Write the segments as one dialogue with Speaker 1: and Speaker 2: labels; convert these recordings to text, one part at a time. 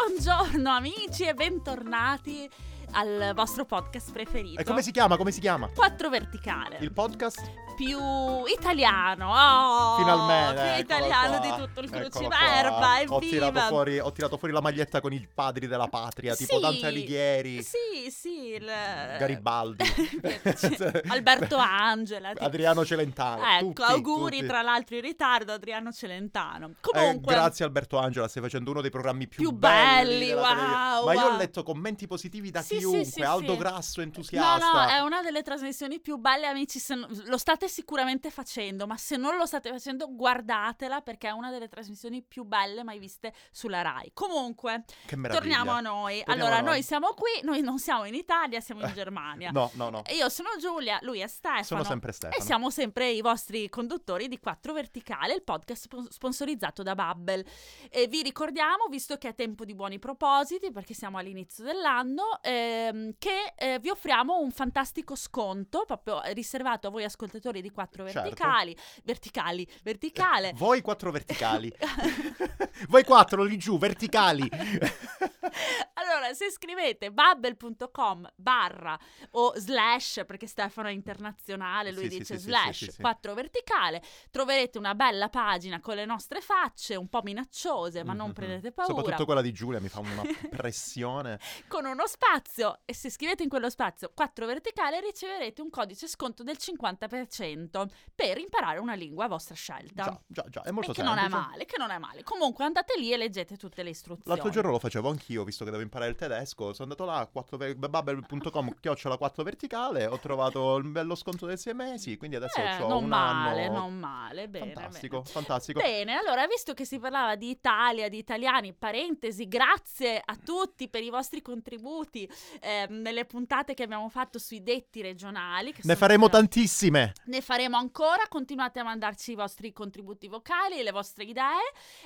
Speaker 1: Buongiorno amici e bentornati al vostro podcast preferito.
Speaker 2: E come si chiama? Come si chiama?
Speaker 1: Quattro verticale.
Speaker 2: Il podcast?
Speaker 1: più italiano. Oh,
Speaker 2: Finalmente.
Speaker 1: Più
Speaker 2: eccolo
Speaker 1: italiano
Speaker 2: qua,
Speaker 1: di tutto il
Speaker 2: eccolo
Speaker 1: cruciverba.
Speaker 2: qua.
Speaker 1: Evviva.
Speaker 2: Ho tirato, fuori, ho tirato fuori la maglietta con i padri della patria, tipo
Speaker 1: Sì.
Speaker 2: Dante Alighieri,
Speaker 1: Sì, sì. il-
Speaker 2: Garibaldi,
Speaker 1: Cioè, Alberto Angela. tipo-
Speaker 2: Adriano Celentano.
Speaker 1: Ecco,
Speaker 2: tutti,
Speaker 1: auguri
Speaker 2: tutti.
Speaker 1: tra l'altro in ritardo Adriano Celentano.
Speaker 2: Eh,
Speaker 1: Comunque,
Speaker 2: grazie Alberto Angela, stai facendo uno dei programmi più,
Speaker 1: Più belli,
Speaker 2: della televisione.
Speaker 1: wow,
Speaker 2: Ma io ho
Speaker 1: wow.
Speaker 2: letto commenti positivi da
Speaker 1: Sì, sì,
Speaker 2: chiunque,
Speaker 1: sì,
Speaker 2: Aldo
Speaker 1: sì.
Speaker 2: Grasso
Speaker 1: No,
Speaker 2: entusiasta.
Speaker 1: no, è una delle trasmissioni più belle, amici. se no- lo state sicuramente facendo, ma se non lo state facendo, guardatela perché è una delle trasmissioni più belle mai viste sulla Rai. Comunque,
Speaker 2: Che meraviglia.
Speaker 1: torniamo a noi.
Speaker 2: Torniamo
Speaker 1: allora,
Speaker 2: a noi.
Speaker 1: noi siamo qui, noi non siamo in Italia, siamo in
Speaker 2: Eh,
Speaker 1: Germania.
Speaker 2: No, no, no.
Speaker 1: E Io sono Giulia, lui è Stefano.
Speaker 2: Sono sempre Stefano.
Speaker 1: E siamo sempre i vostri conduttori di 4 Verticale, il podcast spo- sponsorizzato da Bubble. E vi ricordiamo, visto che è tempo di buoni propositi, perché siamo all'inizio dell'anno, ehm, che eh, vi offriamo un fantastico sconto proprio eh, riservato a voi ascoltatori di 4
Speaker 2: Certo. Eh,
Speaker 1: Verticali. Verticali, verticale.
Speaker 2: Voi quattro verticali. Voi quattro lì giù, verticali.
Speaker 1: Allora, se scrivete bubble.com barra o slash, perché Stefano è internazionale, lui
Speaker 2: Sì, sì,
Speaker 1: dice
Speaker 2: sì, sì,
Speaker 1: slash
Speaker 2: sì, sì, sì.
Speaker 1: 4 verticale, troverete una bella pagina con le nostre facce, un po' minacciose, ma non
Speaker 2: Mhm.
Speaker 1: prendete paura,
Speaker 2: Soprattutto quella di Giulia mi fa una pressione.
Speaker 1: con uno spazio e se scrivete in quello spazio 4 verticale riceverete un codice sconto del 50% per imparare una lingua a vostra scelta.
Speaker 2: Già, già, già, è molto
Speaker 1: e che non
Speaker 2: semplice.
Speaker 1: è male, che non è male. Comunque andate lì e leggete tutte le istruzioni.
Speaker 2: L'altro giorno lo facevo anch'io, visto che devo imparare il tedesco. Sono andato là, 4 ver- bubble.com, chiocciola 4 verticale, ho trovato il bello sconto del 6 mesi, quindi adesso
Speaker 1: Eh,
Speaker 2: ho
Speaker 1: non
Speaker 2: un
Speaker 1: male,
Speaker 2: anno...
Speaker 1: non male, bene.
Speaker 2: fantastico,
Speaker 1: bene.
Speaker 2: fantastico.
Speaker 1: Bene, allora, visto che si parlava di Italia, di italiani, parentesi, grazie a tutti per i vostri contributi ehm, nelle puntate che abbiamo fatto sui detti regionali. che
Speaker 2: Ne
Speaker 1: sono
Speaker 2: faremo
Speaker 1: state-
Speaker 2: tantissime.
Speaker 1: Ne faremo ancora, continuate a mandarci i vostri contributi vocali, le vostre idee.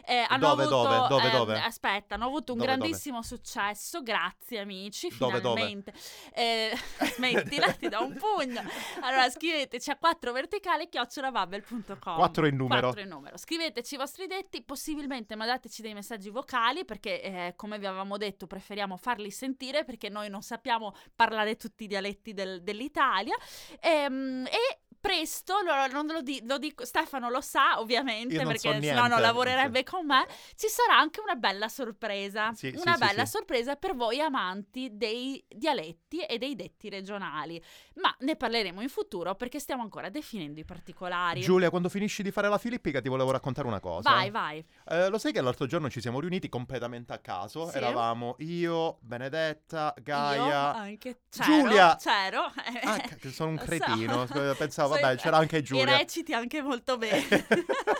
Speaker 1: Eh, hanno
Speaker 2: Dove,
Speaker 1: avuto,
Speaker 2: dove, dove,
Speaker 1: ehm,
Speaker 2: dove?
Speaker 1: Aspetta, hanno avuto un
Speaker 2: Dove, dove?
Speaker 1: grandissimo successo, grazie amici,
Speaker 2: Dove, dove?
Speaker 1: finalmente. Eh, smettila, ti do un pugno. Allora scriveteci a 4 verticale chiocciolavabel.com
Speaker 2: 4 in numero.
Speaker 1: 4 in numero. Scriveteci i vostri detti, possibilmente mandateci dei messaggi vocali perché eh, come vi avevamo detto preferiamo farli sentire perché noi non sappiamo parlare tutti i dialetti del- dell'Italia Ehm, e Presto, allora non lo, di- lo dico, Stefano lo sa ovviamente
Speaker 2: Io non so
Speaker 1: perché sennò
Speaker 2: niente,
Speaker 1: non lavorerebbe
Speaker 2: sì.
Speaker 1: con me, ci sarà anche una bella sorpresa,
Speaker 2: Sì, sì,
Speaker 1: una
Speaker 2: sì,
Speaker 1: bella
Speaker 2: sì.
Speaker 1: sorpresa per voi amanti dei dialetti e dei detti regionali, ma ne parleremo in futuro perché stiamo ancora definendo i particolari.
Speaker 2: Giulia, quando finisci di fare la filippica ti volevo raccontare una cosa.
Speaker 1: Vai, vai.
Speaker 2: Eh, lo sai che l'altro giorno ci siamo riuniti completamente a caso?
Speaker 1: Sì.
Speaker 2: Eravamo io, Benedetta,
Speaker 1: Io
Speaker 2: Gaia.
Speaker 1: anche c'ero,
Speaker 2: Giulia!
Speaker 1: c'ero. Eh,
Speaker 2: Ah, cacchio, sono un
Speaker 1: Lo so.
Speaker 2: cretino. Pensavo,
Speaker 1: Sei-
Speaker 2: vabbè, c'era anche
Speaker 1: E
Speaker 2: Giulia.
Speaker 1: reciti anche molto bene.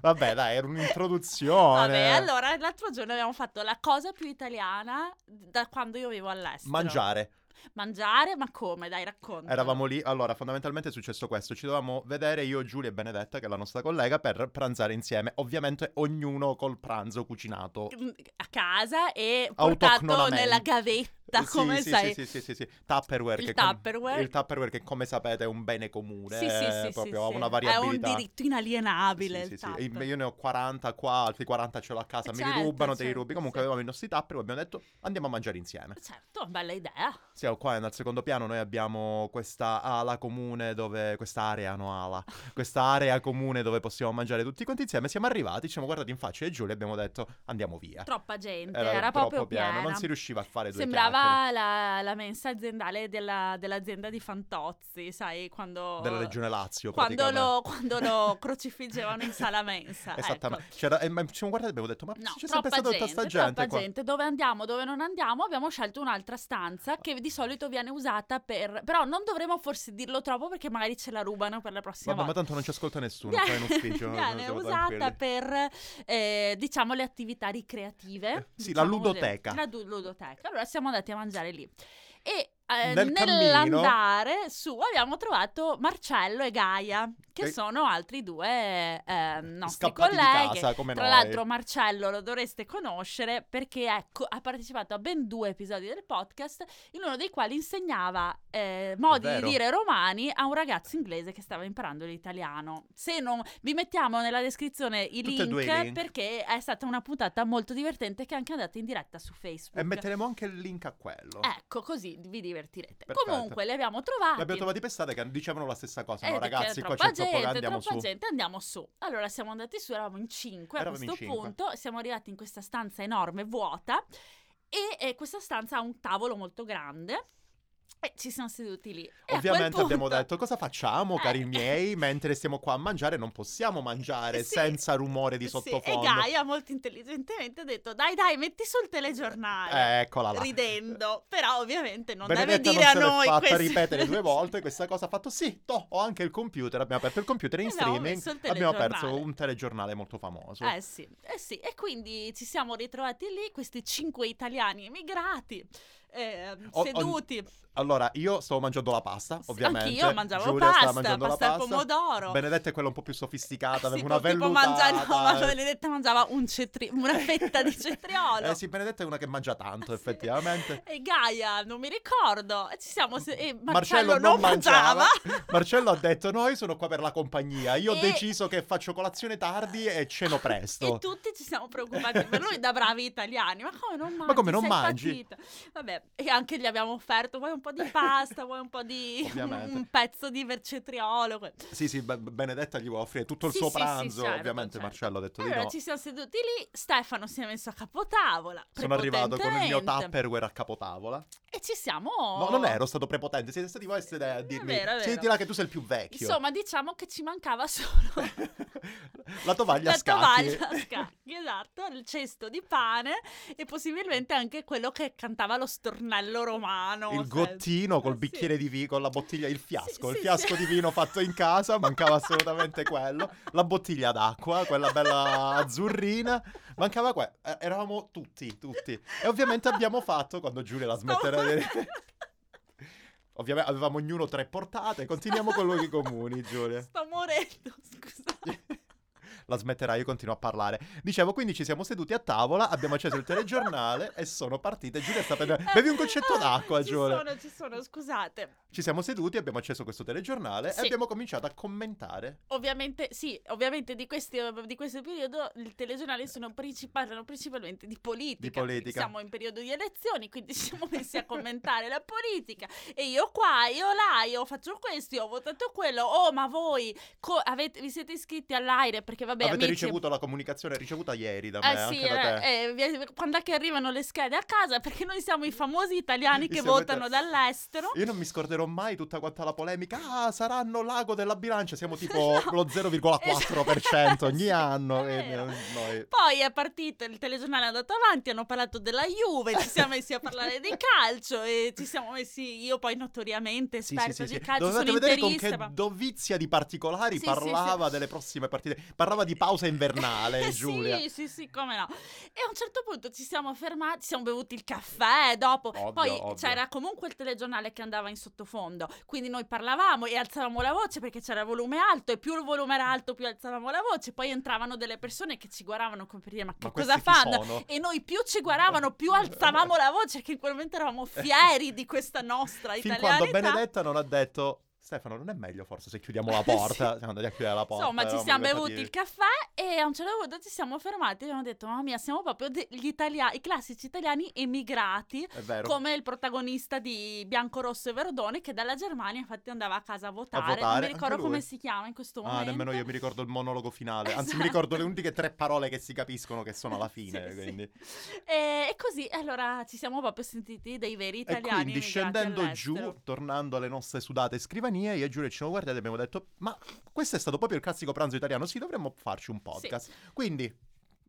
Speaker 2: Vabbè, dai, era un'introduzione.
Speaker 1: Vabbè, allora l'altro giorno abbiamo fatto la cosa più italiana da quando io vivo all'estero.
Speaker 2: Mangiare.
Speaker 1: Mangiare, ma come? Dai, racconta.
Speaker 2: Eravamo lì. Allora, fondamentalmente è successo questo. Ci dovevamo vedere io, Giulia e Benedetta, che è la nostra collega, per pranzare insieme. Ovviamente ognuno col pranzo cucinato. Eh,
Speaker 1: a casa e portato
Speaker 2: Autoctonamente.
Speaker 1: nella gavetta,
Speaker 2: Sì,
Speaker 1: come
Speaker 2: sì,
Speaker 1: sai.
Speaker 2: Sì, sì, sì, sì, sì. Tupperware.
Speaker 1: Il
Speaker 2: che com-
Speaker 1: Tupperware.
Speaker 2: il Tupperware che, come sapete, è un bene comune.
Speaker 1: Sì, sì,
Speaker 2: eh,
Speaker 1: sì, sì,
Speaker 2: proprio ha
Speaker 1: sì.
Speaker 2: una variabilità.
Speaker 1: È un diritto inalienabile
Speaker 2: Sì,
Speaker 1: il
Speaker 2: sì, sì.
Speaker 1: tupper.
Speaker 2: Io ne ho 40 qua, altri 40 ce l'ho a casa, mi
Speaker 1: Certo,
Speaker 2: li rubano, te li
Speaker 1: certo,
Speaker 2: rubi. Comunque
Speaker 1: sì.
Speaker 2: avevamo i nostri tappi, abbiamo detto andiamo a mangiare insieme.
Speaker 1: Certo, bella idea.
Speaker 2: Siamo qua nel secondo piano, noi abbiamo questa ala comune dove, questa area, no ala, questa area comune dove possiamo mangiare tutti quanti insieme. Siamo arrivati, ci siamo guardati in faccia e Giulia e abbiamo detto andiamo via.
Speaker 1: Troppa gente,
Speaker 2: Era
Speaker 1: era,
Speaker 2: troppo
Speaker 1: proprio
Speaker 2: pieno,
Speaker 1: piena.
Speaker 2: non si riusciva a fare due
Speaker 1: Sembrava la, la mensa aziendale della- dell'azienda di Fantozzi, sai, quando...
Speaker 2: della regione Lazio
Speaker 1: Quando
Speaker 2: praticamente.
Speaker 1: lo, quando lo crocifiggevano in sala mensa.
Speaker 2: Esattamente.
Speaker 1: ecco.
Speaker 2: C'era- e- ma ci siamo guardati e abbiamo detto ma
Speaker 1: No,
Speaker 2: c'è
Speaker 1: troppa
Speaker 2: sempre stata
Speaker 1: gente,
Speaker 2: tutta sta
Speaker 1: troppa
Speaker 2: gente qua.
Speaker 1: gente. Dove andiamo, dove non andiamo, abbiamo scelto un'altra stanza che di solito viene usata per... Però non dovremmo forse dirlo troppo perché magari ce la rubano per la prossima
Speaker 2: Vabbè, ma
Speaker 1: volta.
Speaker 2: tanto non ci ascolta nessuno, poi in
Speaker 1: Viene,
Speaker 2: ufficio.
Speaker 1: viene
Speaker 2: siamo
Speaker 1: usata
Speaker 2: tranquilli.
Speaker 1: per eh, diciamo le attività ricreative
Speaker 2: Eh, Sì, la
Speaker 1: diciamo così.
Speaker 2: ludoteca.
Speaker 1: la du- ludoteca allora siamo andati a mangiare lì e eh,
Speaker 2: Nel
Speaker 1: nell'andare su abbiamo trovato Marcello e Gaia, che
Speaker 2: E-
Speaker 1: sono altri due eh, nostri
Speaker 2: Scappati
Speaker 1: colleghi.
Speaker 2: di casa come
Speaker 1: Tra
Speaker 2: noi.
Speaker 1: l'altro Marcello lo dovreste conoscere perché ecco, ha partecipato a ben due episodi del podcast, in uno dei quali insegnava eh, modi di
Speaker 2: Vero.
Speaker 1: dire romani a un ragazzo inglese che stava imparando l'italiano. Se non, vi mettiamo nella descrizione i
Speaker 2: Tutti e
Speaker 1: link,
Speaker 2: due i link.
Speaker 1: perché è stata una puntata molto divertente che è anche andata in diretta su Facebook.
Speaker 2: E metteremo anche il link a quello.
Speaker 1: Ecco, così vi divertirete.
Speaker 2: Perfetto.
Speaker 1: Comunque, li abbiamo trovati.
Speaker 2: Le abbiamo trovati pestate che dicevano la stessa cosa.
Speaker 1: Eh,
Speaker 2: no,
Speaker 1: perché
Speaker 2: ragazzi,
Speaker 1: era
Speaker 2: qua
Speaker 1: troppa
Speaker 2: c'è troppo
Speaker 1: gente,
Speaker 2: andiamo
Speaker 1: troppa
Speaker 2: su.
Speaker 1: gente, andiamo su. Allora siamo andati su, eravamo in cinque a
Speaker 2: Eravamo in
Speaker 1: questo
Speaker 2: cinque.
Speaker 1: punto, siamo arrivati in questa stanza enorme, vuota, e eh, questa stanza ha un tavolo molto grande, e ci siamo seduti lì. E Eh, a quel
Speaker 2: Ovviamente abbiamo
Speaker 1: punto-
Speaker 2: detto cosa facciamo,
Speaker 1: Eh.
Speaker 2: cari miei, mentre stiamo qua a mangiare non possiamo mangiare
Speaker 1: Eh, Sì. Eh,
Speaker 2: senza rumore di
Speaker 1: Sì,
Speaker 2: sottofondo.
Speaker 1: e Gaia molto intelligentemente ha detto, dai dai, metti sul telegiornale.
Speaker 2: Eh, Eccola là.
Speaker 1: Ridendo, però ovviamente non
Speaker 2: Benedetta
Speaker 1: deve dire a
Speaker 2: non se l'è
Speaker 1: noi
Speaker 2: fatta
Speaker 1: questo.
Speaker 2: ripetere due volte questa cosa ha fatto sì, toh, ho anche il computer, abbiamo aperto il computer in
Speaker 1: E abbiamo
Speaker 2: streaming,
Speaker 1: messo il
Speaker 2: abbiamo
Speaker 1: telegiornale.
Speaker 2: perso un telegiornale molto famoso.
Speaker 1: Eh sì, eh sì, e quindi ci siamo ritrovati lì, questi cinque italiani emigrati, ehm,
Speaker 2: O-
Speaker 1: seduti.
Speaker 2: Allora, io stavo mangiando la pasta,
Speaker 1: Sì,
Speaker 2: ovviamente.
Speaker 1: Anch'io mangiavo
Speaker 2: Giulia stava
Speaker 1: pasta,
Speaker 2: mangiando la
Speaker 1: pasta al
Speaker 2: pasta.
Speaker 1: pomodoro.
Speaker 2: Benedetta è quella un po' più sofisticata, aveva
Speaker 1: Sì,
Speaker 2: una
Speaker 1: po- tipo
Speaker 2: vellutata. eh.
Speaker 1: mangia- no, ma Benedetta mangiava un cetri- una fetta di cetriolo.
Speaker 2: Eh sì, Benedetta è una che mangia tanto,
Speaker 1: Sì.
Speaker 2: effettivamente.
Speaker 1: E Gaia, non mi ricordo. E Ci siamo se- e Marcello,
Speaker 2: Marcello
Speaker 1: non
Speaker 2: non
Speaker 1: mangiava.
Speaker 2: Marcello ha detto: No, io sono qua per la compagnia. Io
Speaker 1: E-
Speaker 2: ho deciso che faccio colazione tardi e ceno presto.
Speaker 1: E tutti ci siamo preoccupati per lui da bravi italiani. Ma come non mangi?
Speaker 2: come non
Speaker 1: Sei
Speaker 2: mangi?
Speaker 1: patito. Vabbè, e anche gli abbiamo offerto: vuoi un po' di pasta, vuoi un po' di Mm. un,
Speaker 2: Ovviamente.
Speaker 1: pezzo di vercetriolo. que-
Speaker 2: Sì, sì, Be- Benedetta gli vuole offrire tutto il
Speaker 1: Sì,
Speaker 2: suo
Speaker 1: sì, sì,
Speaker 2: pranzo.
Speaker 1: certo,
Speaker 2: Ovviamente
Speaker 1: certo.
Speaker 2: Marcello ha detto
Speaker 1: Allora
Speaker 2: di no.
Speaker 1: ci siamo seduti lì, Stefano si è messo a capotavola.
Speaker 2: Sono arrivato con il mio
Speaker 1: prepotentemente,
Speaker 2: Tupperware a capotavola.
Speaker 1: E ci siamo.
Speaker 2: No, non ero stato prepotente. Siete stati voi a sed- a
Speaker 1: Eh, È
Speaker 2: dirmi:
Speaker 1: vero, è vero.
Speaker 2: Sentila che tu sei il più vecchio.
Speaker 1: Insomma, diciamo che ci mancava solo
Speaker 2: la tovaglia a
Speaker 1: la
Speaker 2: scacchi.
Speaker 1: tovaglia a scacchi, esatto, il cesto di pane e possibilmente anche quello che cantava lo stornello romano.
Speaker 2: Il
Speaker 1: se-
Speaker 2: gottino col
Speaker 1: Sì.
Speaker 2: bicchiere di vino, con la bottiglia, il fiasco,
Speaker 1: Sì,
Speaker 2: il
Speaker 1: sì,
Speaker 2: fiasco
Speaker 1: sì.
Speaker 2: di vino fatto in casa, mancava assolutamente quello. La bottiglia d'acqua, quella bella azzurrina, mancava quella. eravamo tutti, tutti. E ovviamente abbiamo fatto, quando Giulia la smetterà di... Ovviamente avevamo ognuno tre portate, continuiamo con luoghi comuni, Giulia.
Speaker 1: Sto morendo, scusate.
Speaker 2: La smetterà, io continuo a parlare. Dicevo, quindi ci siamo seduti a tavola, abbiamo acceso il telegiornale e sono partite. Giulia sta per... Bevi un concetto d'acqua,
Speaker 1: Eh, ci
Speaker 2: Giulia.
Speaker 1: sono, ci sono, scusate.
Speaker 2: Ci siamo seduti, abbiamo acceso questo telegiornale
Speaker 1: Sì.
Speaker 2: e abbiamo cominciato a commentare.
Speaker 1: Ovviamente, sì, ovviamente di, questi, di questo periodo il telegiornale sono princi- parlano principalmente di politica. quindi
Speaker 2: politica.
Speaker 1: Siamo in periodo di elezioni, quindi ci siamo messi a commentare la politica. E io qua, io là, io faccio questo, io ho votato quello. Oh, ma voi co- avete- vi siete iscritti all'aire? Perché vabbè,
Speaker 2: Avete
Speaker 1: amici,
Speaker 2: ricevuto la comunicazione ricevuta ieri da me,
Speaker 1: Eh sì,
Speaker 2: anche da te.
Speaker 1: eh, eh, vi- quando è che arrivano le schede a casa? Perché noi siamo i famosi italiani che
Speaker 2: Sì, avete-
Speaker 1: votano dall'estero.
Speaker 2: Io non mi scorderò mai tutta quanta la polemica. Ah, saranno l'ago della bilancia. Siamo tipo
Speaker 1: No.
Speaker 2: lo 0,4%
Speaker 1: Sì,
Speaker 2: ogni anno.
Speaker 1: è
Speaker 2: E
Speaker 1: vero.
Speaker 2: noi-
Speaker 1: Poi è partito il telegiornale, è andato avanti, hanno parlato della Juve, ci siamo messi a parlare di calcio e ci siamo messi io poi notoriamente
Speaker 2: Sì, sì,
Speaker 1: esperta
Speaker 2: sì,
Speaker 1: di
Speaker 2: sì.
Speaker 1: calcio,
Speaker 2: Dovevate
Speaker 1: sono
Speaker 2: vedere con
Speaker 1: interista.
Speaker 2: che
Speaker 1: ma-
Speaker 2: dovizia di particolari
Speaker 1: Sì, sì,
Speaker 2: parlava delle prossime partite. Parlava di pausa invernale, Giulia.
Speaker 1: Sì, sì, sì, come no. E a un certo punto ci siamo fermati, ci siamo bevuti il caffè dopo.
Speaker 2: Ovvio,
Speaker 1: Poi
Speaker 2: ovvio.
Speaker 1: c'era comunque il telegiornale che andava in sottofondo. Quindi noi parlavamo e alzavamo la voce perché c'era volume alto. E più il volume era alto, più alzavamo la voce. Poi entravano delle persone che ci guardavano come per dire: Ma che
Speaker 2: Ma
Speaker 1: cosa
Speaker 2: questi chi
Speaker 1: fanno?
Speaker 2: sono?
Speaker 1: E noi più ci guardavano, più alzavamo la voce, perché in quel momento eravamo fieri di questa nostra
Speaker 2: Fin quando
Speaker 1: italianità.
Speaker 2: Benedetta non ha detto... Stefano, non è meglio forse se chiudiamo la porta? Siamo andati a chiudere la porta.
Speaker 1: Insomma, ci
Speaker 2: eravamo
Speaker 1: siamo
Speaker 2: diventati-
Speaker 1: bevuti il caffè e a un certo punto ci siamo fermati e abbiamo detto: Mamma mia, siamo proprio de- gli italia- i classici italiani emigrati.
Speaker 2: È vero.
Speaker 1: Come il protagonista di Bianco Rosso e Verdone, che dalla Germania infatti andava a casa a votare. non mi
Speaker 2: votare,
Speaker 1: ricordo
Speaker 2: anche lui.
Speaker 1: come si chiama in questo
Speaker 2: Ah,
Speaker 1: momento.
Speaker 2: nemmeno io mi ricordo il monologo finale. Anzi,
Speaker 1: Esatto.
Speaker 2: mi ricordo le uniche tre parole che si capiscono che sono alla fine.
Speaker 1: Sì, sì.
Speaker 2: quindi.
Speaker 1: E, e così allora ci siamo proprio sentiti dei veri
Speaker 2: E
Speaker 1: italiani.
Speaker 2: quindi
Speaker 1: emigrati
Speaker 2: scendendo
Speaker 1: all'estero.
Speaker 2: giù, tornando alle nostre sudate scrivanie, io e Giulia ci siamo guardati e abbiamo detto: Ma questo è stato proprio il classico pranzo italiano. Sì, dovremmo farci un podcast. Quindi,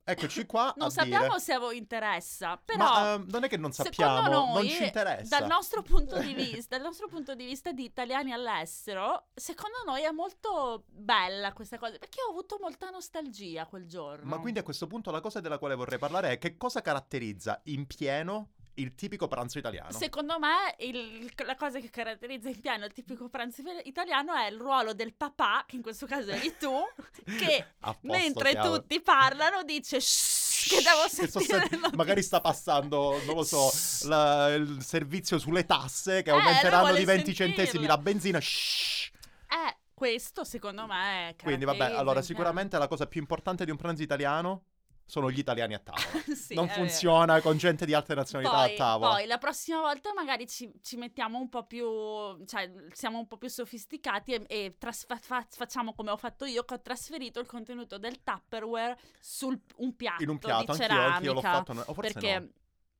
Speaker 2: eccoci qua.
Speaker 1: Non
Speaker 2: a
Speaker 1: sappiamo
Speaker 2: dire.
Speaker 1: se a voi interessa, però.
Speaker 2: Ma ehm, non è che non sappiamo,
Speaker 1: Secondo noi,
Speaker 2: non ci interessa.
Speaker 1: Dal nostro punto di vista, dal nostro punto di vista di italiani all'estero, secondo noi è molto bella questa cosa, perché ho avuto molta nostalgia quel giorno.
Speaker 2: Ma quindi a questo punto la cosa della quale vorrei parlare è che cosa caratterizza in pieno il tipico pranzo italiano.
Speaker 1: Secondo me il- la cosa che caratterizza in piano il tipico pranzo italiano è il ruolo del papà, che in questo caso eri tu, che
Speaker 2: A posto,
Speaker 1: mentre
Speaker 2: chiaro.
Speaker 1: tutti parlano dice "Shh, che devo
Speaker 2: Che sto
Speaker 1: sentire.
Speaker 2: sen-
Speaker 1: la-
Speaker 2: magari sta passando, non lo so, la- il servizio sulle tasse che
Speaker 1: Eh, lui
Speaker 2: aumenteranno
Speaker 1: vuole
Speaker 2: di 20
Speaker 1: sentirlo.
Speaker 2: centesimi la benzina. shh.
Speaker 1: Eh, questo secondo me è
Speaker 2: Quindi vabbè,
Speaker 1: caratterizza
Speaker 2: allora
Speaker 1: in
Speaker 2: sicuramente la cosa più importante di un pranzo italiano sono gli italiani a tavola.
Speaker 1: piano. Sì,
Speaker 2: non
Speaker 1: è vero.
Speaker 2: funziona con gente di altre nazionalità
Speaker 1: Poi,
Speaker 2: a tavola.
Speaker 1: poi la prossima volta magari ci, ci mettiamo un po' più, cioè siamo un po' più sofisticati e, e tras- fa- fa- facciamo come ho fatto io, che ho trasferito il contenuto del Tupperware su un piatto,
Speaker 2: In un piatto,
Speaker 1: esatto, di
Speaker 2: anch'io,
Speaker 1: ceramica.
Speaker 2: anch'io l'ho fatto. O forse
Speaker 1: perché
Speaker 2: no.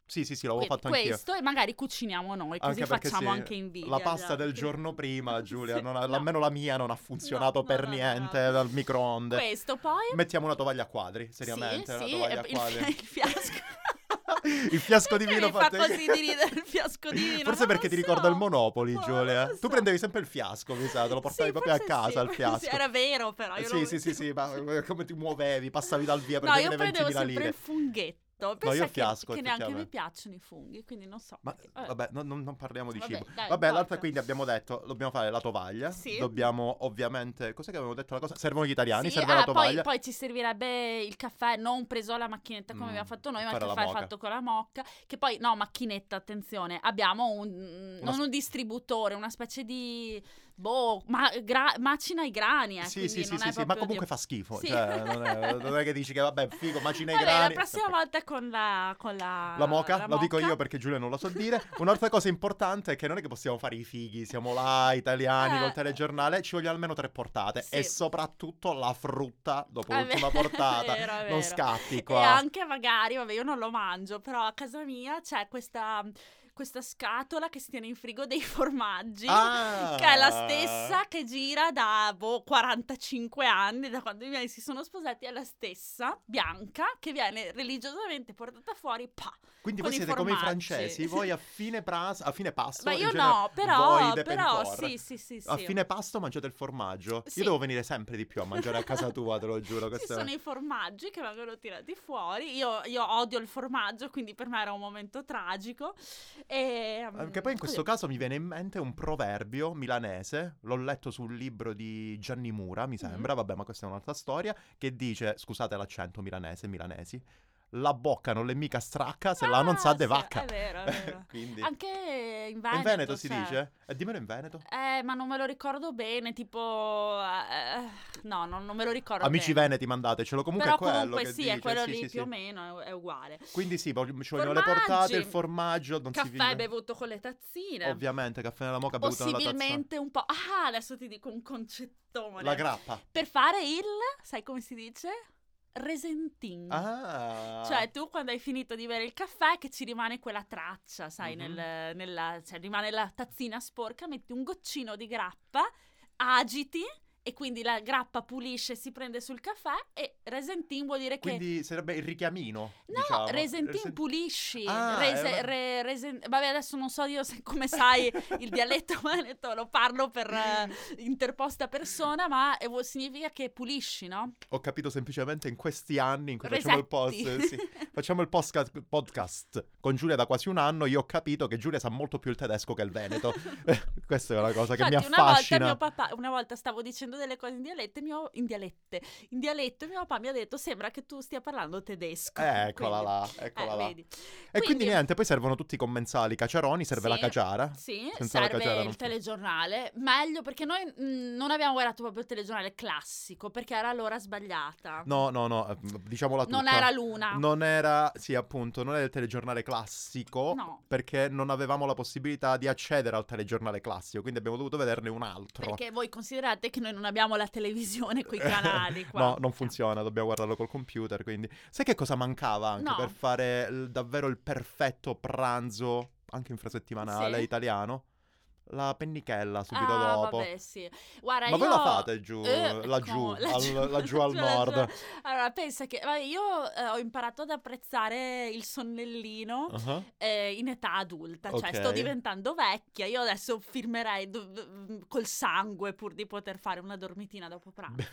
Speaker 2: Sì, sì, sì,
Speaker 1: que-
Speaker 2: l'avevo fatto anch'io.
Speaker 1: questo e magari cuciniamo noi, così
Speaker 2: Anche perché
Speaker 1: facciamo
Speaker 2: sì,
Speaker 1: anche invidia. esatto.
Speaker 2: La pasta
Speaker 1: agli
Speaker 2: del
Speaker 1: altri.
Speaker 2: giorno prima, Giulia,
Speaker 1: Sì,
Speaker 2: non ha-
Speaker 1: no.
Speaker 2: almeno la mia non ha funzionato
Speaker 1: no,
Speaker 2: per
Speaker 1: no, no,
Speaker 2: niente
Speaker 1: no.
Speaker 2: dal microonde.
Speaker 1: Questo poi
Speaker 2: Mettiamo una tovaglia a quadri,
Speaker 1: sì,
Speaker 2: seriamente. una
Speaker 1: sì,
Speaker 2: tovaglia
Speaker 1: e
Speaker 2: a
Speaker 1: il-
Speaker 2: quadri.
Speaker 1: il fiasco.
Speaker 2: Il fiasco di
Speaker 1: Perché
Speaker 2: vino
Speaker 1: mi fa
Speaker 2: fatto-
Speaker 1: così di ridere il fiasco di vino.
Speaker 2: Forse
Speaker 1: Non
Speaker 2: perché
Speaker 1: lo so.
Speaker 2: ti ricorda il Monopoli,
Speaker 1: No,
Speaker 2: Giulia.
Speaker 1: non lo so.
Speaker 2: Tu prendevi sempre il fiasco, mi sa, te lo portavi
Speaker 1: Sì,
Speaker 2: proprio a
Speaker 1: forse
Speaker 2: casa
Speaker 1: sì,
Speaker 2: il
Speaker 1: forse
Speaker 2: fiasco. Eh,
Speaker 1: sì, era vero, però. Io
Speaker 2: sì,
Speaker 1: lo-
Speaker 2: sì, sì, sì, ma eh, come ti muovevi, passavi dal via,
Speaker 1: No,
Speaker 2: prendevi
Speaker 1: io
Speaker 2: le
Speaker 1: prendevo
Speaker 2: 20.000
Speaker 1: sempre
Speaker 2: lire.
Speaker 1: il funghetto.
Speaker 2: io
Speaker 1: Pensa
Speaker 2: il fiasco,
Speaker 1: che, che neanche mi
Speaker 2: effettivamente.
Speaker 1: piacciono i funghi, quindi non so.
Speaker 2: Ma
Speaker 1: perché- eh, vabbè.
Speaker 2: vabbè, no- non, non parliamo di
Speaker 1: Vabbè,
Speaker 2: cibo.
Speaker 1: dai,
Speaker 2: vabbè, l'altra
Speaker 1: porca.
Speaker 2: quindi abbiamo detto, dobbiamo fare la tovaglia.
Speaker 1: Eh, Sì.
Speaker 2: Dobbiamo ovviamente... Cos'è che avevamo detto? La cosa? Servono gli italiani,
Speaker 1: Sì,
Speaker 2: serve
Speaker 1: ah,
Speaker 2: la
Speaker 1: poi,
Speaker 2: tovaglia.
Speaker 1: poi ci servirebbe il caffè non preso alla macchinetta come
Speaker 2: Mm,
Speaker 1: abbiamo fatto noi, ma il
Speaker 2: fare la
Speaker 1: caffè
Speaker 2: moka.
Speaker 1: fatto con la mocca. Che poi, no, macchinetta, attenzione, abbiamo un,
Speaker 2: Una
Speaker 1: non
Speaker 2: sp-
Speaker 1: un distributore, una specie di boh, ma, gra- macina i grani. Eh,
Speaker 2: sì,
Speaker 1: quindi
Speaker 2: sì, sì,
Speaker 1: non
Speaker 2: sì,
Speaker 1: è
Speaker 2: sì, ma
Speaker 1: proprio
Speaker 2: comunque
Speaker 1: di-
Speaker 2: fa schifo.
Speaker 1: Sì.
Speaker 2: Cioè, non è, non è che dici che vabbè, figo, macina i
Speaker 1: Vabbè,
Speaker 2: grani.
Speaker 1: la prossima volta con la. Con la,
Speaker 2: La moca,
Speaker 1: la
Speaker 2: lo dico
Speaker 1: moka.
Speaker 2: io perché Giulia non lo so dire. Un'altra cosa importante è che non è che possiamo fare i fighi, siamo là, italiani,
Speaker 1: Eh.
Speaker 2: col telegiornale, ci vogliono almeno tre portate
Speaker 1: Sì.
Speaker 2: e soprattutto la frutta dopo
Speaker 1: È
Speaker 2: l'ultima
Speaker 1: vero,
Speaker 2: portata.
Speaker 1: è vero, è vero.
Speaker 2: Non scatti
Speaker 1: E
Speaker 2: qua.
Speaker 1: anche magari, vabbè, io non lo mangio, però a casa mia c'è questa, questa scatola che si tiene in frigo dei formaggi.
Speaker 2: Ah!
Speaker 1: Che è la stessa che gira da boh, 45 anni, da quando i miei si sono sposati, è la stessa bianca che viene religiosamente portata fuori. Pa.
Speaker 2: Quindi
Speaker 1: con
Speaker 2: voi
Speaker 1: i
Speaker 2: siete come i
Speaker 1: formaggi.
Speaker 2: francesi, voi a fine, pras- a fine pasto.
Speaker 1: Ma
Speaker 2: in
Speaker 1: io
Speaker 2: genere,
Speaker 1: no,
Speaker 2: voi
Speaker 1: però,
Speaker 2: de
Speaker 1: però
Speaker 2: Pencor.
Speaker 1: sì, sì, sì, sì.
Speaker 2: A fine pasto mangiate il formaggio.
Speaker 1: Sì.
Speaker 2: Io devo venire sempre di più a mangiare a casa tua, te lo
Speaker 1: Ci
Speaker 2: giuro. questo è-
Speaker 1: sono i formaggi che vengono tirati fuori. Io, io odio il formaggio, quindi per me era un momento tragico. E, mm,
Speaker 2: Che poi in questo
Speaker 1: così.
Speaker 2: caso mi viene in mente un proverbio milanese, l'ho letto sul libro di Gianni Mura,
Speaker 1: Mm-hmm.
Speaker 2: mi sembra, vabbè, ma questa è un'altra storia, che dice, scusate l'accento milanese, milanesi, la bocca non l'è mica stracca se la non sa
Speaker 1: Ah,
Speaker 2: de
Speaker 1: sì,
Speaker 2: vacca.
Speaker 1: È vero, è vero.
Speaker 2: Quindi...
Speaker 1: Anche in
Speaker 2: E
Speaker 1: Veneto,
Speaker 2: in Veneto si
Speaker 1: cioè.
Speaker 2: dice? Eh, dimmelo in Veneto.
Speaker 1: Eh, ma non me lo ricordo bene, tipo... eh, no, non, non me lo ricordo
Speaker 2: Amici
Speaker 1: bene.
Speaker 2: veneti, mandatecelo, comunque
Speaker 1: Però
Speaker 2: è quello
Speaker 1: comunque
Speaker 2: che
Speaker 1: sì,
Speaker 2: dice.
Speaker 1: è quello
Speaker 2: sì,
Speaker 1: lì
Speaker 2: sì,
Speaker 1: più
Speaker 2: sì.
Speaker 1: o meno, è, è uguale.
Speaker 2: Quindi sì, voglio- ci vogliono le portate, il formaggio, non si
Speaker 1: Caffè
Speaker 2: vede.
Speaker 1: bevuto con le tazzine.
Speaker 2: Ovviamente, caffè nella moca, bevuto nella tazza.
Speaker 1: Possibilmente un po'... Ah, adesso ti dico un concettone.
Speaker 2: La grappa.
Speaker 1: per fare il, sai come si dice? Resenting.
Speaker 2: Ah.
Speaker 1: Mm. Cioè, tu quando hai finito di bere il caffè, che ci rimane quella traccia, sai,
Speaker 2: Mhm.
Speaker 1: nel- nella, cioè, rimane la tazzina sporca, metti un goccino di grappa, agiti e quindi la grappa pulisce, si prende sul caffè e resenting vuol dire che...
Speaker 2: Quindi sarebbe il richiamino.
Speaker 1: No,
Speaker 2: diciamo.
Speaker 1: resentin
Speaker 2: Resen-
Speaker 1: pulisci.
Speaker 2: Ah, è
Speaker 1: Rese-
Speaker 2: una-
Speaker 1: re- resen- Vabbè, adesso non so io se- come sai il dialetto veneto, lo parlo per eh, interposta persona, ma eh, vuol- significa che pulisci, no?
Speaker 2: Ho capito semplicemente in questi anni in cui facciamo il
Speaker 1: Resetti.
Speaker 2: post. eh, sì, facciamo il postca- podcast con Giulia da quasi un anno. Io ho capito che Giulia sa molto più il tedesco che il veneto. Questa è una cosa che
Speaker 1: Infatti,
Speaker 2: mi
Speaker 1: una volta,
Speaker 2: affascina.
Speaker 1: mio papà, una volta stavo dicendo delle cose in dialetto, e mio, in dialette, in dialetto, e mio papà mi ha detto: Sembra che tu stia parlando tedesco.
Speaker 2: Eh, Eccola
Speaker 1: Quindi-
Speaker 2: là, eccola
Speaker 1: eh,
Speaker 2: là.
Speaker 1: vedi.
Speaker 2: E quindi,
Speaker 1: Quindi-
Speaker 2: niente, poi servono tutti i commensali caciaroni, serve la
Speaker 1: Sì.
Speaker 2: caciara.
Speaker 1: Sì,
Speaker 2: Senza la
Speaker 1: serve
Speaker 2: caciara
Speaker 1: il
Speaker 2: non-
Speaker 1: telegiornale. Meglio perché noi mh, non abbiamo guardato proprio il telegiornale classico perché era l'ora sbagliata.
Speaker 2: No, no, no, eh, diciamola tutta.
Speaker 1: non era l'una.
Speaker 2: Non era, sì, appunto, non era il telegiornale classico
Speaker 1: No.
Speaker 2: perché non avevamo la possibilità di accedere al telegiornale classico, quindi abbiamo dovuto vederne un altro.
Speaker 1: Perché voi considerate che noi non abbiamo la televisione con i canali qua.
Speaker 2: No, non funziona, dobbiamo guardarlo col computer, quindi... Sai che cosa mancava anche
Speaker 1: No.
Speaker 2: per fare il- davvero il perfetto pranzo, anche infrasettimanale,
Speaker 1: Sì.
Speaker 2: italiano? La pennichella subito
Speaker 1: ah,
Speaker 2: dopo.
Speaker 1: vabbè, sì. Guarda, io...
Speaker 2: Ma voi la fate giù,
Speaker 1: Eh,
Speaker 2: laggiù,
Speaker 1: come- laggiù,
Speaker 2: al, laggiù al
Speaker 1: laggiù,
Speaker 2: nord?
Speaker 1: Allora, pensa che vabbè, io eh, ho imparato ad apprezzare il sonnellino
Speaker 2: Ah.
Speaker 1: eh, in età adulta, cioè sto
Speaker 2: Ok.
Speaker 1: diventando vecchia, io adesso firmerei do- do- col sangue pur di poter fare una dormitina dopo pranzo.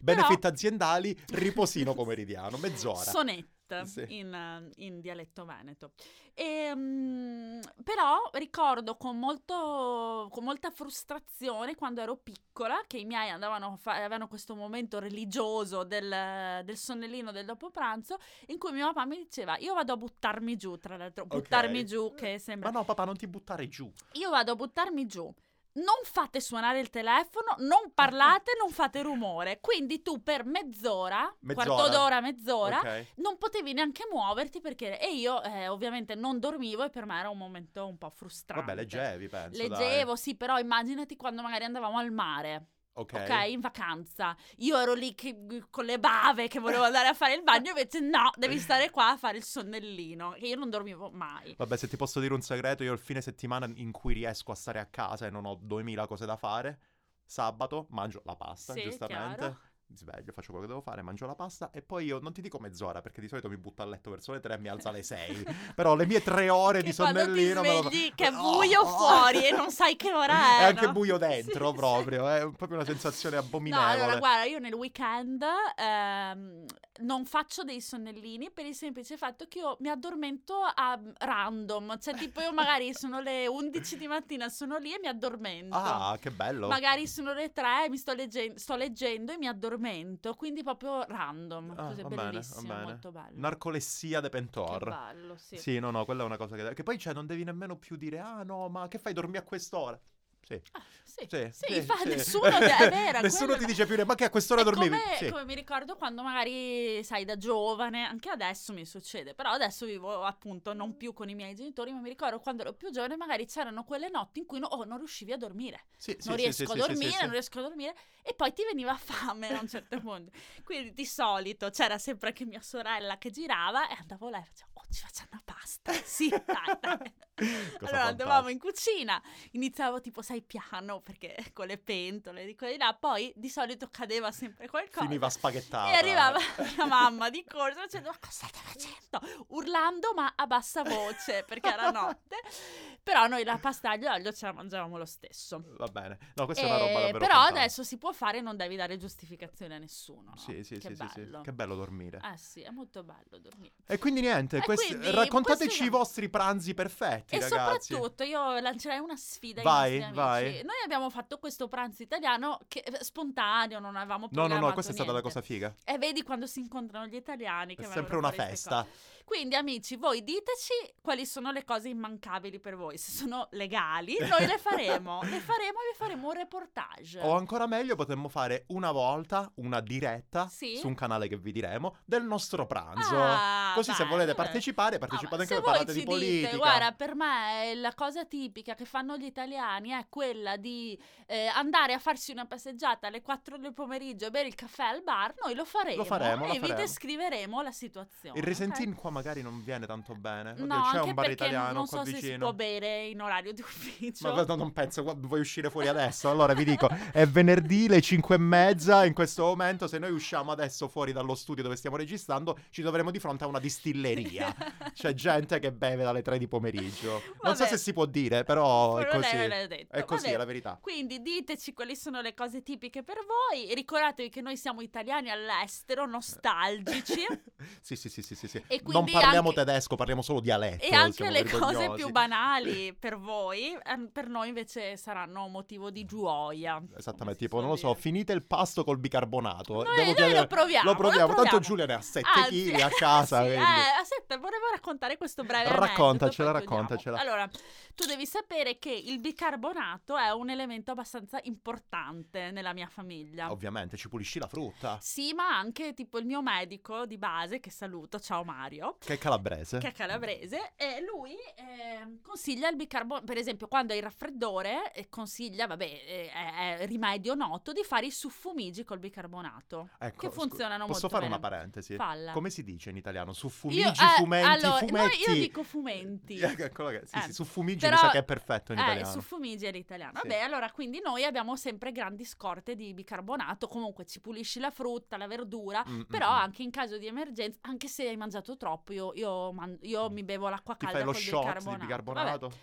Speaker 2: Benefit aziendali, riposino pomeridiano, mezz'ora.
Speaker 1: Sonetti. Cat
Speaker 2: Sì.
Speaker 1: in, eh, in dialetto veneto. E, mm, però ricordo con, molto, con molta frustrazione quando ero piccola che i miei andavano a fa- avevano questo momento religioso del, del sonnellino del dopo pranzo in cui mio papà mi diceva io vado a buttarmi giù, tra l'altro
Speaker 2: Ok.
Speaker 1: buttarmi giù che
Speaker 2: Ma
Speaker 1: sembra...
Speaker 2: no, papà, non ti buttare giù.
Speaker 1: Io vado a buttarmi giù. Non fate suonare il telefono, non parlate, non fate rumore. Quindi tu per mezz'ora,
Speaker 2: Mezz'ora.
Speaker 1: quarto d'ora, mezz'ora,
Speaker 2: Ok.
Speaker 1: non potevi neanche muoverti perché e io eh, ovviamente non dormivo e per me era un momento un po' frustrante.
Speaker 2: Vabbè, leggevi, penso. dai.
Speaker 1: Leggevo, sì, però immaginati quando magari andavamo al mare,
Speaker 2: Ok.
Speaker 1: ok, in vacanza. Io ero lì che- con le bave che volevo andare a fare il bagno, invece no, devi stare qua a fare il sonnellino, che io non dormivo mai.
Speaker 2: Vabbè, se ti posso dire un segreto, io il fine settimana in cui riesco a stare a casa e non ho 2000 cose da fare, sabato mangio la pasta,
Speaker 1: Sì,
Speaker 2: giustamente.
Speaker 1: chiaro.
Speaker 2: Mi sveglio, faccio quello che devo fare, mangio la pasta e poi io non ti dico mezz'ora perché di solito mi butto a letto verso le 3 e mi alza alle 6. Però le mie tre ore
Speaker 1: Che
Speaker 2: di
Speaker 1: quando ti
Speaker 2: sonnellino me lo fa-
Speaker 1: svegli che è
Speaker 2: Oh!
Speaker 1: buio fuori e non sai che ora è.
Speaker 2: È anche
Speaker 1: no?
Speaker 2: buio dentro
Speaker 1: Sì, sì.
Speaker 2: proprio, è proprio una sensazione
Speaker 1: No, allora
Speaker 2: abominevole.
Speaker 1: guarda, io nel weekend ehm, non faccio dei sonnellini per il semplice fatto che io mi addormento a random, cioè tipo io magari sono le 11 di mattina, sono lì e mi addormento.
Speaker 2: ah, che bello.
Speaker 1: Magari sono le 3 e mi sto, leggen- sto leggendo e mi addormento, quindi proprio random,
Speaker 2: Ah,
Speaker 1: così
Speaker 2: va bene, va
Speaker 1: bellissimo,
Speaker 2: bene.
Speaker 1: molto bello.
Speaker 2: Narcolessia de
Speaker 1: che
Speaker 2: Pentor.
Speaker 1: bello, sì.
Speaker 2: Sì. no, no, quella è una cosa che... Che poi, cioè, non devi nemmeno più dire, ah no, ma che fai, dormi a quest'ora? Sì.
Speaker 1: Ah, sì,
Speaker 2: Sì,
Speaker 1: sì,
Speaker 2: sì,
Speaker 1: fa-
Speaker 2: sì.
Speaker 1: nessuno è vero,
Speaker 2: Nessuno
Speaker 1: quello-
Speaker 2: ti dice più, ma che a quest'ora
Speaker 1: È
Speaker 2: dormivi?
Speaker 1: Come,
Speaker 2: Sì.
Speaker 1: come mi ricordo quando magari, sai, da giovane, anche adesso mi succede, però adesso vivo appunto non più con i miei genitori, ma mi ricordo quando ero più giovane magari c'erano quelle notti in cui no- oh, non riuscivi a dormire,
Speaker 2: Sì, sì,
Speaker 1: non
Speaker 2: sì,
Speaker 1: riesco
Speaker 2: sì,
Speaker 1: a
Speaker 2: sì, sì,
Speaker 1: dormire,
Speaker 2: sì,
Speaker 1: non riesco a dormire e poi ti veniva fame a un certo punto. Quindi di solito c'era sempre anche mia sorella che girava e andavo là e facevo, oh ci facciamo una pasta, sì dai dai.
Speaker 2: Cosa
Speaker 1: allora andavamo
Speaker 2: fantastica.
Speaker 1: in cucina, iniziavo tipo sai piano perché con le pentole di qua e di là, poi di solito cadeva sempre qualcosa.
Speaker 2: Finiva spaghettata.
Speaker 1: E arrivava la mamma di corsa dicendo: Ma cosa state facendo? Urlando, ma a bassa voce perché era notte. Però noi la pastaglia e l'aglio ce la mangiavamo lo stesso.
Speaker 2: Va bene. No, questa è una
Speaker 1: Eh,
Speaker 2: roba davvero
Speaker 1: però
Speaker 2: fantastica.
Speaker 1: adesso si può fare e non devi dare giustificazione a nessuno. no?
Speaker 2: Sì, sì,
Speaker 1: che
Speaker 2: sì, sì, sì.
Speaker 1: bello.
Speaker 2: Che bello dormire.
Speaker 1: Ah, sì, è molto bello dormire.
Speaker 2: E quindi niente,
Speaker 1: E
Speaker 2: questi-
Speaker 1: quindi
Speaker 2: raccontateci
Speaker 1: questo-
Speaker 2: i vostri pranzi perfetti,
Speaker 1: E
Speaker 2: ragazzi.
Speaker 1: soprattutto io lancerei una sfida
Speaker 2: Vai,
Speaker 1: ai nostri
Speaker 2: vai.
Speaker 1: amici. Noi abbiamo fatto questo pranzo italiano che eh, spontaneo, non avevamo
Speaker 2: No,
Speaker 1: programmato
Speaker 2: no, no, questa è stata la
Speaker 1: niente.
Speaker 2: cosa figa.
Speaker 1: E vedi quando si incontrano gli italiani che
Speaker 2: È
Speaker 1: vengono
Speaker 2: sempre una
Speaker 1: fuori ste
Speaker 2: festa.
Speaker 1: Quindi amici, voi diteci quali sono le cose immancabili per voi. Se sono legali, noi le faremo. le faremo e vi faremo un reportage.
Speaker 2: O ancora meglio, potremmo fare una volta una diretta
Speaker 1: Sì.
Speaker 2: su un canale che vi diremo del nostro pranzo.
Speaker 1: Ah,
Speaker 2: Così, se
Speaker 1: beh,
Speaker 2: volete
Speaker 1: eh.
Speaker 2: partecipare,
Speaker 1: Ah, ma
Speaker 2: partecipate anche
Speaker 1: se
Speaker 2: voi,
Speaker 1: voi
Speaker 2: parlate
Speaker 1: ci
Speaker 2: di
Speaker 1: dite,
Speaker 2: politica.
Speaker 1: guarda, per me eh, la cosa tipica che fanno gli italiani è quella di eh, andare a farsi una passeggiata alle 4 del pomeriggio e bere il caffè al bar, noi lo faremo,
Speaker 2: Lo faremo,
Speaker 1: e
Speaker 2: lo
Speaker 1: vi
Speaker 2: faremo.
Speaker 1: descriveremo la situazione.
Speaker 2: Il
Speaker 1: ok?
Speaker 2: resentin qua magari non viene tanto bene. Oddio,
Speaker 1: No,
Speaker 2: c'è
Speaker 1: anche
Speaker 2: un bar
Speaker 1: perché
Speaker 2: italiano
Speaker 1: non
Speaker 2: qua
Speaker 1: so se si
Speaker 2: vicino.
Speaker 1: può bere in orario di ufficio.
Speaker 2: Ma guarda, non penso, guarda, vuoi uscire fuori adesso? Allora vi dico, è venerdì le 5 e mezza, in questo momento se noi usciamo adesso fuori dallo studio dove stiamo registrando ci troveremo di fronte a una distilleria. C'è gente che beve dalle 3 di pomeriggio. Non so
Speaker 1: Vabbè.
Speaker 2: se si può dire, però è
Speaker 1: Quello lei
Speaker 2: così.
Speaker 1: me l'ha detto.
Speaker 2: È così,
Speaker 1: Vabbè.
Speaker 2: è la verità.
Speaker 1: Quindi diteci quali sono le cose tipiche per voi. Ricordatevi che noi siamo italiani all'estero, nostalgici.
Speaker 2: sì, sì, sì, sì, sì, sì.
Speaker 1: E
Speaker 2: Non
Speaker 1: quindi
Speaker 2: parliamo
Speaker 1: anche-
Speaker 2: tedesco, parliamo solo dialetto.
Speaker 1: E anche
Speaker 2: siamo
Speaker 1: le cose
Speaker 2: vergognosi.
Speaker 1: più banali per voi, ehm, per noi invece saranno motivo di gioia. come si
Speaker 2: Esattamente, tipo, non lo
Speaker 1: suol
Speaker 2: so,
Speaker 1: dire.
Speaker 2: finite il pasto col bicarbonato.
Speaker 1: Noi,
Speaker 2: Devo
Speaker 1: noi
Speaker 2: chiedere-
Speaker 1: lo proviamo.
Speaker 2: Lo proviamo, tanto
Speaker 1: Giulia
Speaker 2: Giulia ne ha 7
Speaker 1: Anzi,
Speaker 2: kg a casa.
Speaker 1: sì,
Speaker 2: quindi-
Speaker 1: eh, aspetta, volevo raccontare questo breve aneddoto,
Speaker 2: Raccontacela,
Speaker 1: poi chiudiamo.
Speaker 2: raccontacela.
Speaker 1: Allora, tu devi sapere che il bicarbonato è un elemento abbastanza importante nella mia famiglia.
Speaker 2: Ovviamente, ci pulisci la frutta.
Speaker 1: Sì, ma anche tipo il mio medico di base, che saluto, ciao Mario,
Speaker 2: Che è calabrese.
Speaker 1: che è calabrese, e lui eh, consiglia il bicarbonato, per esempio quando hai il raffreddore, eh, consiglia, vabbè, eh, è, è rimedio noto, di fare i suffumigi col bicarbonato,
Speaker 2: Ecco,
Speaker 1: che
Speaker 2: scu-
Speaker 1: funzionano molto
Speaker 2: Posso fare
Speaker 1: bene.
Speaker 2: una parentesi?
Speaker 1: Falla.
Speaker 2: Come si dice in italiano? Suffumigi,
Speaker 1: Io- eh,
Speaker 2: fumenti,
Speaker 1: allora, no,
Speaker 2: fumetti.
Speaker 1: io dico fumenti.
Speaker 2: Eh, ecco, che- sì,
Speaker 1: Eh,
Speaker 2: sì, suffumigi
Speaker 1: però-
Speaker 2: mi sa che è perfetto in
Speaker 1: Eh,
Speaker 2: italiano.
Speaker 1: su Fumigi era italiano.
Speaker 2: Sì.
Speaker 1: Vabbè, allora quindi noi abbiamo sempre grandi scorte di bicarbonato. Comunque ci pulisci la frutta, la verdura.
Speaker 2: Mm, mm,
Speaker 1: Però
Speaker 2: mm.
Speaker 1: anche in caso di emergenza, anche se hai mangiato troppo, io, io man- io mi bevo l'acqua
Speaker 2: Mm. Ti
Speaker 1: calda
Speaker 2: fai lo
Speaker 1: col
Speaker 2: shot
Speaker 1: bicarbonato.
Speaker 2: di bicarbonato?
Speaker 1: Vabbè.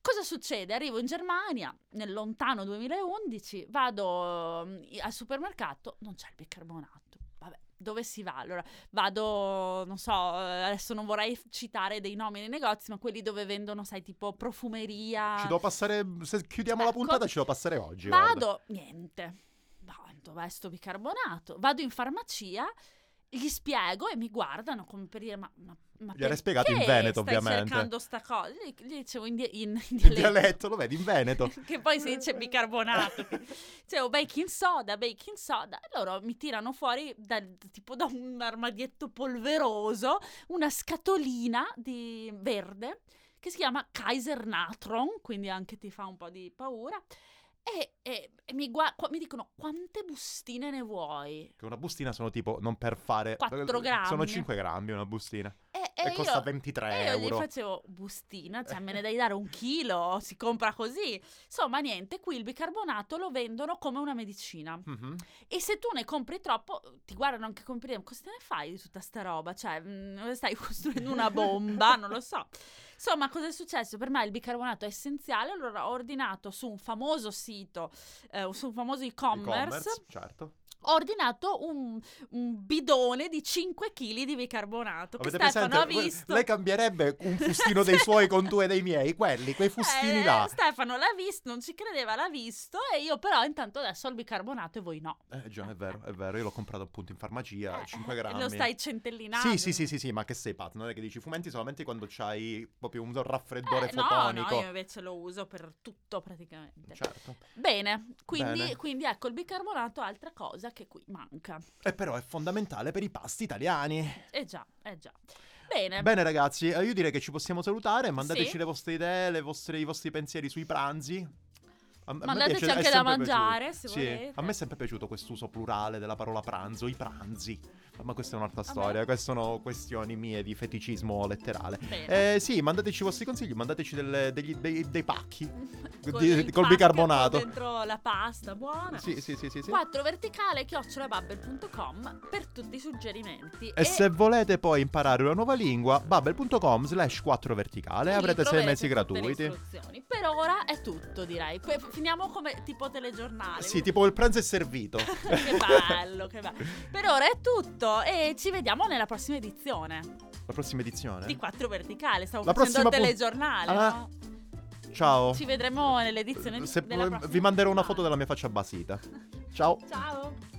Speaker 1: Cosa succede? Arrivo in Germania nel lontano 2011, vado mm, al supermercato, non c'è il bicarbonato. Vabbè, dove si va? Allora, vado, non so, eh, adesso non vorrei f- citare dei nomi nei negozi, ma quelli dove vendono, sai, tipo profumeria.
Speaker 2: Ci devo passare. Se chiudiamo la
Speaker 1: Ecco.
Speaker 2: puntata, ci devo passare oggi. guarda.
Speaker 1: Vado, niente. Tanto va sto bicarbonato. Vado in farmacia, gli spiego e mi guardano come per dire: Ma, ma, ma
Speaker 2: Gli era
Speaker 1: perché
Speaker 2: spiegato in Veneto,
Speaker 1: stai
Speaker 2: ovviamente.
Speaker 1: cercando sta cosa. Gli, gli dicevo in, die- in- in
Speaker 2: Cioè, Il
Speaker 1: dialetto.
Speaker 2: dialetto, lo vedi, in Veneto.
Speaker 1: che poi si dice bicarbonato. Cioè, o baking soda, baking soda. E loro mi tirano fuori dal- tipo da un armadietto polveroso una scatolina di verde che si chiama Kaiser Natron, quindi anche ti fa un po' di paura. E, e- e mi, gua- qua- mi dicono quante bustine ne vuoi?
Speaker 2: Che una bustina sono tipo, non per fare... eh,
Speaker 1: Quattro
Speaker 2: Sono
Speaker 1: grammi.
Speaker 2: 5 grammi una bustina.
Speaker 1: E,
Speaker 2: E,
Speaker 1: io-
Speaker 2: costa 23
Speaker 1: E io gli
Speaker 2: euro.
Speaker 1: facevo bustina, cioè me ne devi dare un chilo, si compra così. Insomma, niente, qui il bicarbonato lo vendono come una medicina.
Speaker 2: Mhm.
Speaker 1: E se tu ne compri troppo, ti guardano anche con prima, cosa te ne fai di tutta sta roba? Cioè, mm, stai costruendo una bomba, non lo so. Insomma, cosa è successo? Per me il bicarbonato è essenziale, allora ho ordinato su un famoso sito, eh, su un famoso
Speaker 2: E-commerce,
Speaker 1: e-commerce,
Speaker 2: certo.
Speaker 1: ho ordinato un, un bidone di 5 kg di bicarbonato che Stefano ha
Speaker 2: que-
Speaker 1: visto.
Speaker 2: Lei cambierebbe un fustino dei suoi con due dei miei, quelli, quei fustini
Speaker 1: Eh,
Speaker 2: là.
Speaker 1: Stefano l'ha visto, non ci credeva, l'ha visto e io però intanto adesso ho il bicarbonato e voi no.
Speaker 2: Eh già, è vero, è vero. Io l'ho comprato appunto in farmacia,
Speaker 1: Eh,
Speaker 2: 5
Speaker 1: eh,
Speaker 2: grammi.
Speaker 1: Lo stai centellinando.
Speaker 2: Sì, sì, sì, sì, sì, ma che sei pazzo? Non è che dici fumetti solamente quando c'hai proprio un raffreddore
Speaker 1: Eh, No,
Speaker 2: fotonico.
Speaker 1: no, io invece lo uso per tutto praticamente.
Speaker 2: Certo.
Speaker 1: Bene, quindi,
Speaker 2: Bene.
Speaker 1: quindi ecco il bicarbonato, è altra cosa che qui manca.
Speaker 2: E però è fondamentale per i pasti italiani.
Speaker 1: Eh già, eh già. Bene,
Speaker 2: Bene ragazzi, eh, io direi che ci possiamo salutare, mandateci
Speaker 1: Sì.
Speaker 2: le vostre idee, le vostre- i vostri pensieri sui pranzi. A- a me
Speaker 1: Mandateci
Speaker 2: piace- è
Speaker 1: anche da
Speaker 2: sempre
Speaker 1: mangiare, se
Speaker 2: piaciuto. Sì,
Speaker 1: volete.
Speaker 2: A me è sempre piaciuto quest'uso plurale della parola pranzo, i pranzi. Ma questa è un'altra
Speaker 1: me-
Speaker 2: storia, queste sono questioni mie di feticismo letterale.
Speaker 1: bene.
Speaker 2: Eh, sì, mandateci i vostri consigli, mandateci delle- degli- dei, dei pacchi.
Speaker 1: Con
Speaker 2: di-
Speaker 1: il
Speaker 2: col
Speaker 1: pack
Speaker 2: bicarbonato.
Speaker 1: Dentro la pasta, buona.
Speaker 2: Sì, sì, sì, sì. sì.
Speaker 1: 4 verticale chiocciolabubble.com per tutti i suggerimenti.
Speaker 2: E se volete poi imparare una nuova lingua, bubble.com slash 4 verticale,
Speaker 1: lì
Speaker 2: avrete 6
Speaker 1: troverete
Speaker 2: mesi
Speaker 1: tutte le
Speaker 2: gratuiti.
Speaker 1: istruzioni. Per ora è tutto, direi. Poi finiamo come tipo telegiornale.
Speaker 2: Sì, tipo il pranzo è servito.
Speaker 1: che bello, che bello. Per ora è tutto e ci vediamo nella prossima edizione
Speaker 2: La prossima edizione.
Speaker 1: di 4 Verticale. Stavo
Speaker 2: La
Speaker 1: facendo il
Speaker 2: prossima pun-
Speaker 1: telegiornale.
Speaker 2: Ah.
Speaker 1: no?
Speaker 2: Ciao.
Speaker 1: Ci vedremo nell'edizione di
Speaker 2: Se-
Speaker 1: della prossima
Speaker 2: vi manderò una
Speaker 1: puntata.
Speaker 2: foto della mia faccia basita. Ciao.
Speaker 1: Ciao.